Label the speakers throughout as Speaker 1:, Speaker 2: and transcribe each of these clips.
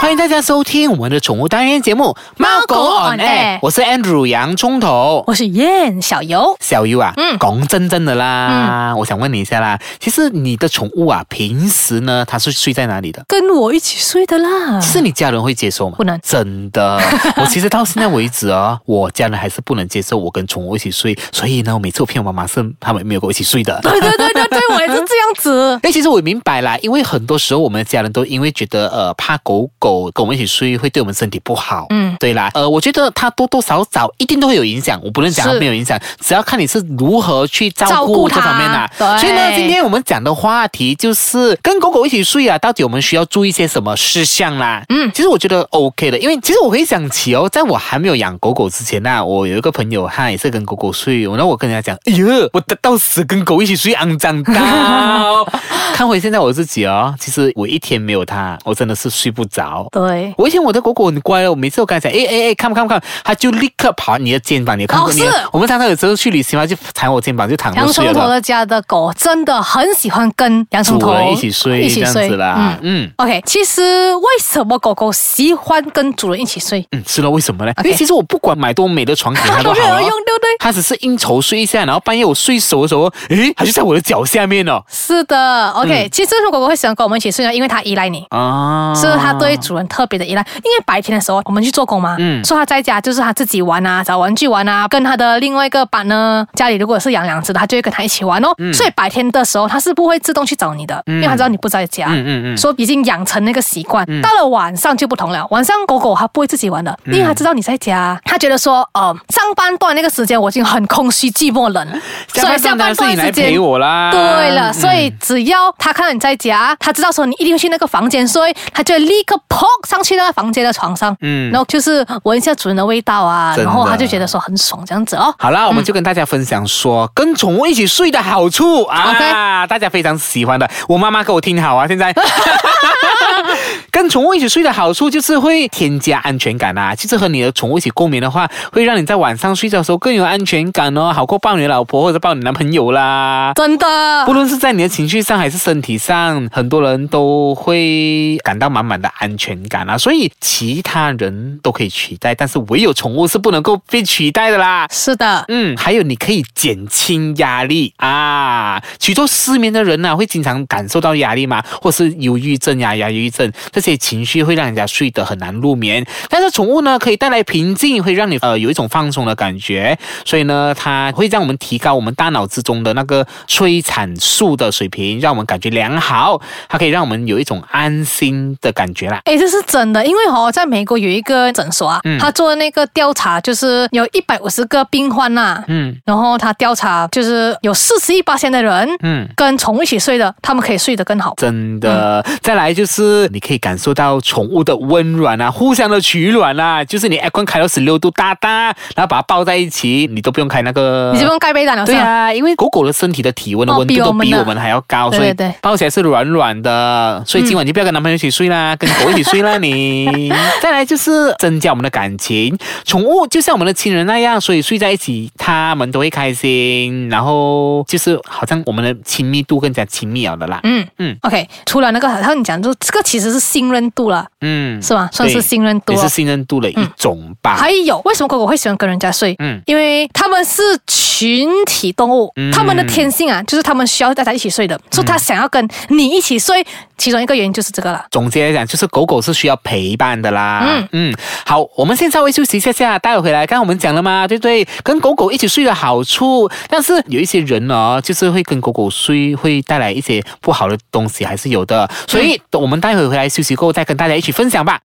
Speaker 1: 欢迎大家收听我们的宠物单元节目《猫狗 on
Speaker 2: on
Speaker 1: air
Speaker 2: air》，
Speaker 1: 我是 Andrew 洋葱头。
Speaker 2: 我是燕小游，
Speaker 1: 小优啊，
Speaker 2: 嗯
Speaker 1: 讲真真的啦，我想问你一下啦，其实你的宠物啊，平时呢，它是睡在哪里的？
Speaker 2: 跟我一起睡的啦。
Speaker 1: 是你家人会接受吗？
Speaker 2: 嗯不能
Speaker 1: 真 的。我其实到现在为止啊，我家人还是不能接受我跟宠物一起睡，所以呢，我每次我骗我妈妈是他们没有跟我一起睡的。
Speaker 2: 对对对对对，我也是这样子。
Speaker 1: 哎，其实我也明白啦，因为很多时候我们的家人都因为觉得呃怕狗狗跟我们一起睡会对我们身体不好，
Speaker 2: 嗯
Speaker 1: 对啦，呃，我觉得它多多少少一定都会有影响，我不能讲它
Speaker 2: 是
Speaker 1: 没有影响，只要看你是如何去照
Speaker 2: 照
Speaker 1: 顾
Speaker 2: 顾
Speaker 1: 这
Speaker 2: 它
Speaker 1: 方面啦、
Speaker 2: 对
Speaker 1: 所以呢，今天哎我们讲的话题就是跟狗狗一起睡啊，到底我们需要注意些什么事项啦？
Speaker 2: 嗯
Speaker 1: 其实我觉得 OK 的，因为其实我回想起哦，在我还没有养狗狗之前呢、我有一个朋友他也是跟狗狗睡，然后我跟人家讲，哎呀，我得到死跟狗一起睡，肮脏 到。看回现在我自己哦，其实我一天没有它，我真的是睡不着。
Speaker 2: 对，
Speaker 1: 我以前我的狗狗很乖哦，我每次我跟它讲，哎哎哎，看看看，它就立刻跑你的肩膀，你有看过
Speaker 2: 哦
Speaker 1: 你的
Speaker 2: 是
Speaker 1: 我们常常有时候去旅行嘛，就踩我肩膀就躺
Speaker 2: 洋
Speaker 1: 着睡
Speaker 2: 葱头
Speaker 1: 了，
Speaker 2: 的家的狗真的很喜欢跟洋葱
Speaker 1: 主
Speaker 2: 头
Speaker 1: 人一起睡
Speaker 2: 嗯一起
Speaker 1: 这样
Speaker 2: 睡
Speaker 1: 子啦，。嗯
Speaker 2: OK，其实为什么狗狗喜欢跟主人一起睡？
Speaker 1: 嗯，是咯，为什么呢？因
Speaker 2: OK
Speaker 1: 为其实我不管买多美的床给它都
Speaker 2: 有没
Speaker 1: 好啊 了
Speaker 2: 有用，。对不对？
Speaker 1: 它只是应酬睡一下，然后半夜我睡熟的时候，诶，它就在我的脚下面哦。
Speaker 2: 是的，OK、
Speaker 1: 嗯
Speaker 2: 其实如果我会喜欢跟我们一起睡呢，因为它依赖你。
Speaker 1: 啊，
Speaker 2: 是它对主人特别的依赖，因为白天的时候我们去做工嘛，
Speaker 1: 嗯
Speaker 2: 所以它在家就是它自己玩啊，找玩具玩啊，跟它的另外一个伴呢，家里如果是养两只的，它就会跟它一起玩哦。
Speaker 1: 嗯
Speaker 2: 所以白天的时候它是不会自动去找你的，因为它知道你不在家，
Speaker 1: 嗯嗯嗯嗯
Speaker 2: 所以已经养成那个习惯。到了晚上就不同了，晚上狗狗它不会自己玩了，因为它知道你在家，它觉得说，呃，上班段那个时间我已经很空虚、寂寞、冷了，所以
Speaker 1: 下
Speaker 2: 下
Speaker 1: 班
Speaker 2: 班
Speaker 1: 当然是
Speaker 2: 段
Speaker 1: 你来
Speaker 2: 时间
Speaker 1: 陪我啦。
Speaker 2: 对
Speaker 1: 嗯
Speaker 2: 了，所以只要他看到你在家，他知道说你一定会去那个房间，所以他就会立刻扑上去那个房间的床上，
Speaker 1: 嗯
Speaker 2: 然后就是闻一下主人的味道啊，
Speaker 1: 真的
Speaker 2: 然后他就觉得说很爽这样子哦。
Speaker 1: 好啦，我们就跟大家分享说，跟宠物一起睡的好处啊
Speaker 2: OK
Speaker 1: 大家非常喜欢的。我妈妈给我听好啊，现在。跟宠物一起睡的好处就是会添加安全感啊，就是和你的宠物一起共眠的话，会让你在晚上睡觉的时候更有安全感哦，好过抱你的老婆或者抱你男朋友 啦。
Speaker 2: 真的
Speaker 1: 不，论是在你的情绪上还是身体上，很多人都会感到满满的安全感啊。所以其他人都可以取代，但是唯有宠物是不能够被取代的啦。
Speaker 2: 是的，
Speaker 1: 嗯，还有你可以减轻压力啊。许多失眠的人呢、会经常感受到压力嘛，或是忧郁症呀、压抑郁症这些情绪会让人家睡得很难入眠。但是宠物呢，可以带来平静，会让你呃有一种放松的感觉，所以呢，它会让我们提高我们大脑之中的那个催产素的水平，让我们感觉良好，它可以让我们有一种安心的感觉啦。
Speaker 2: 诶，这是真的，因为哦，在美国有一个诊所啊，
Speaker 1: 嗯
Speaker 2: 他做那个调查，就是有一百五十个病患呐、
Speaker 1: 嗯
Speaker 2: 然后他调查就是有四十一八的人
Speaker 1: 嗯。
Speaker 2: 跟宠物一起睡的，他们可以睡得更好。
Speaker 1: 真的。再来就是你可以感受到宠物的温暖啊，互相的取暖啊，就是你 aircon 开到十六度大大，然后把它抱在一起，你都不用开那个。
Speaker 2: 你这边盖被单了是
Speaker 1: 对
Speaker 2: 吧？
Speaker 1: 啊，因为狗狗的身体的体温的
Speaker 2: 哦
Speaker 1: 温度都
Speaker 2: 比
Speaker 1: 比
Speaker 2: 我们的
Speaker 1: 我们啊还要高，
Speaker 2: 对
Speaker 1: 所以
Speaker 2: 对对
Speaker 1: 抱起来是软软的。所以今晚就不要跟男朋友一起睡啦，跟狗一起睡啦你。 再来就是增加我们的感情，宠物就像我们的亲人那样，所以睡在一起他们都会开心，然后就是好像我们的亲密度更加亲密了的啦。
Speaker 2: 嗯
Speaker 1: 嗯
Speaker 2: 嗯，OK，除了那个，他你讲就这个其实是信任度了，
Speaker 1: 嗯，
Speaker 2: 是吧？算是信任度
Speaker 1: 也
Speaker 2: 了
Speaker 1: 是。信任度的一种吧。
Speaker 2: 还有，为什么狗狗会喜欢跟人家睡？
Speaker 1: 嗯
Speaker 2: 因为他们是群体动物
Speaker 1: 嗯，
Speaker 2: 他们的天性啊，就是他们需要大家一起睡的，所以他想要跟你一起睡，其中一个原因就是这个了。
Speaker 1: 总结来讲，就是狗狗是需要陪伴的啦。嗯
Speaker 2: 嗯
Speaker 1: 嗯，好，我们先稍微休息一下下，待会回来。刚刚我们讲了嘛，对不对？跟狗狗一起睡的好处，但是有一些人哦，就是会跟狗狗睡，会带来一些不好的东西，还是有的。所以
Speaker 2: 嗯
Speaker 1: 我们待会回来休息过后再跟大家一起分享吧。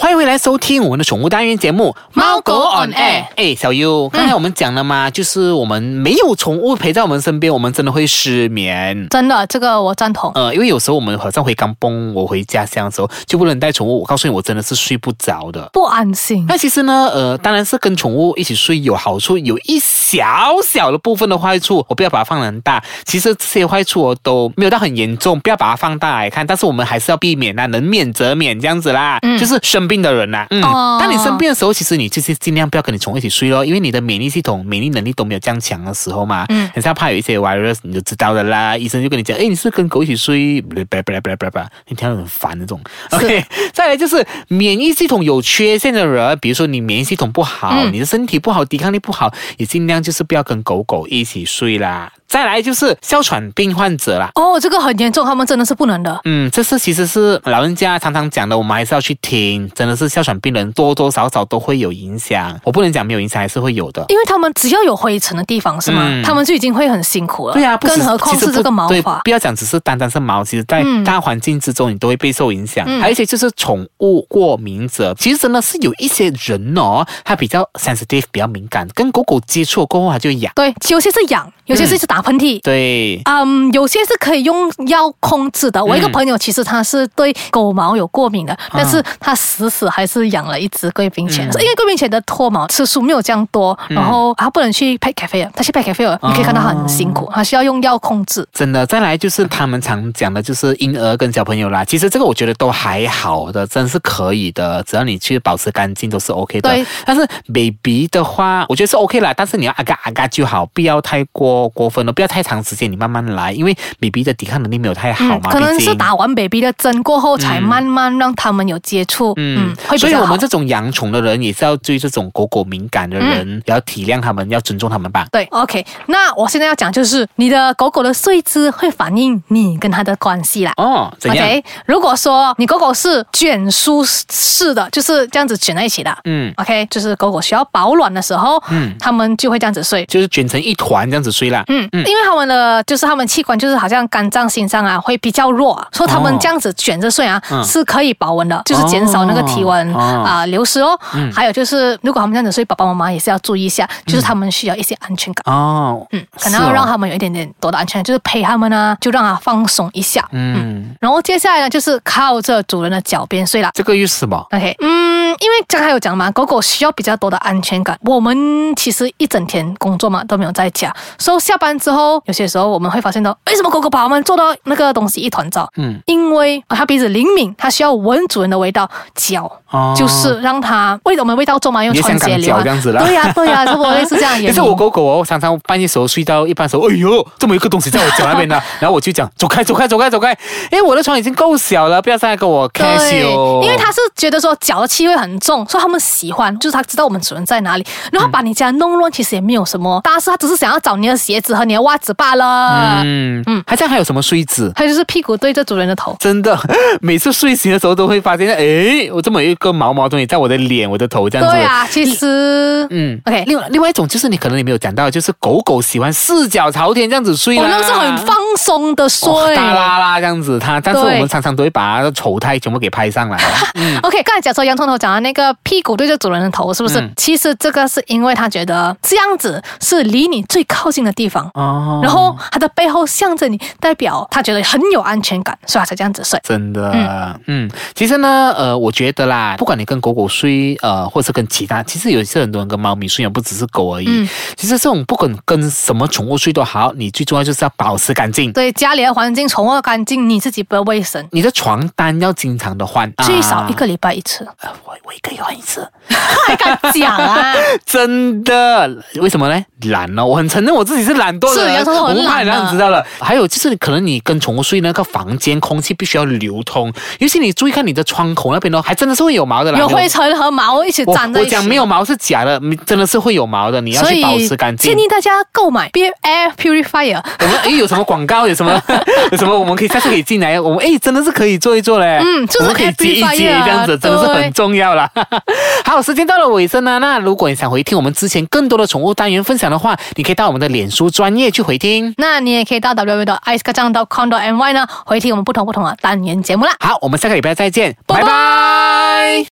Speaker 1: 欢迎回来收听我们的宠物单元节目《
Speaker 2: 猫狗 on air 嗯
Speaker 1: 哎，小优，刚才我们讲了嘛，就是我们没有宠物陪在我们身边，我们真的会失眠。
Speaker 2: 真的，这个我赞同。
Speaker 1: 呃，因为有时候我们好像回刚崩，我回家乡的时候就不能带宠物。我告诉你，我真的是睡不着的。
Speaker 2: 不安心，
Speaker 1: 那其实呢，呃，当然是跟宠物一起睡有好处，有一小小的部分的坏处，我不要把它放得很大。其实这些坏处哦都啊没有到很严重，不要把它放大来看。但是我们还是要避免啦，能免则免这样子啦。
Speaker 2: 嗯
Speaker 1: 就是生生病的人呐、嗯，
Speaker 2: 哦
Speaker 1: 当你生病的时候，其实你就是尽量不要跟你宠物一起睡咯，因为你的免疫系统、免疫能力都没有这样强的时候嘛，
Speaker 2: 嗯
Speaker 1: 很像怕有一些 virus，你就知道的啦。医生就跟你讲，哎诶，你是跟狗一起睡，巴拉巴拉巴拉巴拉巴拉，你听到很烦那种。OK，再来就是免疫系统有缺陷的人，比如说你免疫系统不好，
Speaker 2: 嗯
Speaker 1: 你的身体不好，抵抗力不好，也尽量就是不要跟狗狗一起睡啦。再来就是哮喘病患者啦，
Speaker 2: 哦，这个很严重，他们真的是不能的。
Speaker 1: 嗯，这是其实是老人家常常讲的，我们还是要去听。真的是哮喘病人多多少少都会有影响，我不能讲没有影响，还是会有的。
Speaker 2: 因为他们只要有灰尘的地方是吗？
Speaker 1: 嗯
Speaker 2: 他们就已经会很辛苦了。
Speaker 1: 对啊，不只
Speaker 2: 更何况
Speaker 1: 其实
Speaker 2: 是
Speaker 1: 不
Speaker 2: 这个毛
Speaker 1: 对，
Speaker 2: 发
Speaker 1: 不。要讲只是单单是毛，其实在
Speaker 2: 嗯
Speaker 1: 大环境之中你都会备受影响。
Speaker 2: 嗯
Speaker 1: 还有一些就是宠物过敏者，其实真的是有一些人哦，他比较 sensitive，比较敏感，跟狗狗接触过后他就痒。
Speaker 2: 对，有些是痒，有些是打喷嚏。
Speaker 1: 对，
Speaker 2: 嗯有些是可以用药控制的。我一个
Speaker 1: 嗯啊
Speaker 2: 朋友其实他是对狗毛有过敏的，但是他死死还是养了一只贵宾犬，
Speaker 1: 嗯
Speaker 2: 因为贵宾犬的脱毛次数没有这样多，然后他不能去 pet cafe，他去啊 pet cafe 了你可以看到他很辛
Speaker 1: 哦
Speaker 2: 苦，他需要用药控制。
Speaker 1: 真的，再来就是他们常讲的，就是婴儿跟小朋友啦。其实这个我觉得都还好的，真是可以的，只要你去保持干净都是 OK 的。
Speaker 2: 对。
Speaker 1: 但是 baby 的话，我觉得是 OK 啦，但是你要啊嘎啊嘎就好，不要太过过分了，不要太长时间，你慢慢来，因为 baby 的抵抗能力没有太好嘛，
Speaker 2: 嗯可能
Speaker 1: 毕
Speaker 2: 是
Speaker 1: 竟嗯
Speaker 2: 打完 baby 的针过后，才慢慢让他们有接触，嗯，会
Speaker 1: 所以
Speaker 2: 比较
Speaker 1: 我
Speaker 2: 好
Speaker 1: 们。这种养宠的人也是要对这种狗狗敏感的人，
Speaker 2: 嗯
Speaker 1: 也要体谅他们，要尊重他们吧。
Speaker 2: 对，OK，那我现在要讲就是你的狗狗的睡姿会反映你跟它的关系啦。
Speaker 1: 哦，怎样
Speaker 2: OK，如果说你狗狗是卷舒式的，就是这样子卷在一起的。
Speaker 1: 嗯，
Speaker 2: OK，就是狗狗需要保暖的时候，
Speaker 1: 嗯
Speaker 2: 嗯，它们就会这样子睡。
Speaker 1: 就是卷成一团这样子睡啦。
Speaker 2: 嗯，因为它们的就是它们器官就是好像肝脏、心脏啊会比较弱、啊，所以它们
Speaker 1: 哦
Speaker 2: 这样子卷着睡啊、
Speaker 1: 嗯
Speaker 2: 是可以保温的，就是减少那个体温
Speaker 1: 哦嗯
Speaker 2: 啊、流失哦。还有就是如果它们这样子睡，爸爸妈妈也是要注意一下，就是它们需要一些安全感。
Speaker 1: 哦，
Speaker 2: 嗯，可能要
Speaker 1: 嗯是哦
Speaker 2: 让他们有一点点多的安全感，就是陪他们啊，就让它放松一下。
Speaker 1: 嗯。
Speaker 2: 然后接下来呢，就是靠着主人的脚边睡啦。
Speaker 1: 这个又是什么？
Speaker 2: OK，嗯，因为刚才有讲嘛，狗狗需要比较多的安全感。我们其实一整天工作嘛都没有在家，所、以下班之后，有些时候我们会发现到，为什么狗狗把我们做到那个东西一团糟？
Speaker 1: 嗯，
Speaker 2: 因为呃它鼻子灵敏，它需要闻主人的味道，脚、
Speaker 1: 哦
Speaker 2: 就是让它为我们味道重嘛，用
Speaker 1: 也像
Speaker 2: 穿鞋
Speaker 1: 港脚
Speaker 2: 流啊
Speaker 1: 这，样子啦。
Speaker 2: 对呀、对呀、差不多类 似这样的原
Speaker 1: 可
Speaker 2: 因。
Speaker 1: 是我狗狗哦，常常半夜时候睡到一半的时候，哎呦，这么一个东西在我脚那边呢，然后我就讲走开，走开，走开，走开，因为我的床已经够小了，不要再来跟我哦 c a s
Speaker 2: 对
Speaker 1: h，
Speaker 2: 因为它是觉得说脚的气味很重，所以他们喜欢，就是它知道我们主人在哪里，然后把你家弄乱，其实也没有什么大事，它只是想要找你的鞋子和你的袜子罢了。
Speaker 1: 嗯嗯，好像还有什么睡姿？
Speaker 2: 还有就是屁股对着主人的头，
Speaker 1: 真的，每次睡醒的时候都会发现，哎，我这么有一个毛毛东西在我的脸、我的头这样子。
Speaker 2: 对啊，其实，
Speaker 1: 嗯
Speaker 2: ，OK，
Speaker 1: 另外另外一种就是你可能你没有讲到，就是狗狗喜欢四脚朝天这样子睡啦，
Speaker 2: 我那是很放松的睡。
Speaker 1: 哦大拉拉这样子，它，但是我
Speaker 2: 对
Speaker 1: 们常常都会把它的丑态全部给拍上来。啊
Speaker 2: OK，刚才讲说洋葱头讲的那个屁股对着主人的头，是不是？
Speaker 1: 嗯
Speaker 2: 其实这个是因为他觉得这样子是离你最靠近的地方，
Speaker 1: 哦
Speaker 2: 然后他的背后向着你，代表他觉得很有安全感，所以他才这样子睡。
Speaker 1: 真的，嗯其实呢，呃，我觉得啦，不管你跟狗狗睡，呃，或是跟其他，其实有些很多人跟猫咪睡，不只是狗而已。
Speaker 2: 嗯
Speaker 1: 其实这种不管跟什么宠物睡都好，你最重要就是要保持干净。
Speaker 2: 对家里的环境、宠物的干净，你自己不要卫生，
Speaker 1: 你的床单要经常的换，
Speaker 2: 最少一
Speaker 1: 啊
Speaker 2: 个礼拜一次。
Speaker 1: 呃我我一个月换一次，
Speaker 2: 还敢讲啊？
Speaker 1: 真的？为什么呢？懒哦，我很承认我自己是懒惰的人，
Speaker 2: 是杨超超
Speaker 1: 我
Speaker 2: 很
Speaker 1: 不怕你
Speaker 2: 懒啊的
Speaker 1: 让你知道了。还有就是，可能你跟宠物睡那个房间，空气必须要流通，尤其你注意看你的窗口那边哦，还真的是会有毛的啦。
Speaker 2: 有灰尘和毛一起
Speaker 1: 我
Speaker 2: 粘在
Speaker 1: 我
Speaker 2: 一起。
Speaker 1: 讲没有毛是假的，嗯真的是会有毛的，你要
Speaker 2: 所
Speaker 1: 去
Speaker 2: 以
Speaker 1: 保持干净
Speaker 2: 建。议大家购买 B Air Purifier。
Speaker 1: 我 们哎诶有什么广告？有什么 有什么？我们可以下次可以进来。我们诶真的是可以做一做嘞。
Speaker 2: 嗯就是
Speaker 1: 我们可以接一
Speaker 2: everybody
Speaker 1: 接这样子，
Speaker 2: 啊
Speaker 1: 真的是
Speaker 2: 对
Speaker 1: 很重要啦。 好，时间到了尾声啦。那如果你想回听我们之前更多的宠物单元分享的话，你可以到我们的脸书专业去回听。
Speaker 2: 那你也可以到 w w w i c e k a n g c o m m y 呢，回听我们不同不同的单元节目啦。
Speaker 1: 好，我们下个礼拜再见，
Speaker 2: 拜
Speaker 1: 拜拜